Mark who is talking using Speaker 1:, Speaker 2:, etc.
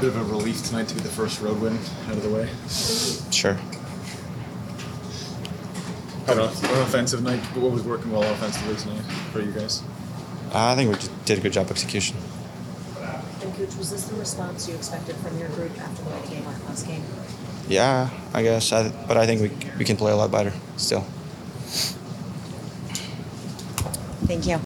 Speaker 1: bit of a relief tonight to be the first road win out of the way.
Speaker 2: Sure.
Speaker 1: Had a- an offensive night. but What was working well offensively tonight for you guys?
Speaker 2: I think we just did a good job execution.
Speaker 3: And Cooch, was this the response you expected from your group after the way it came out last game?
Speaker 2: Yeah, I guess. I, but I think we we can play a lot better still.
Speaker 3: Thank you.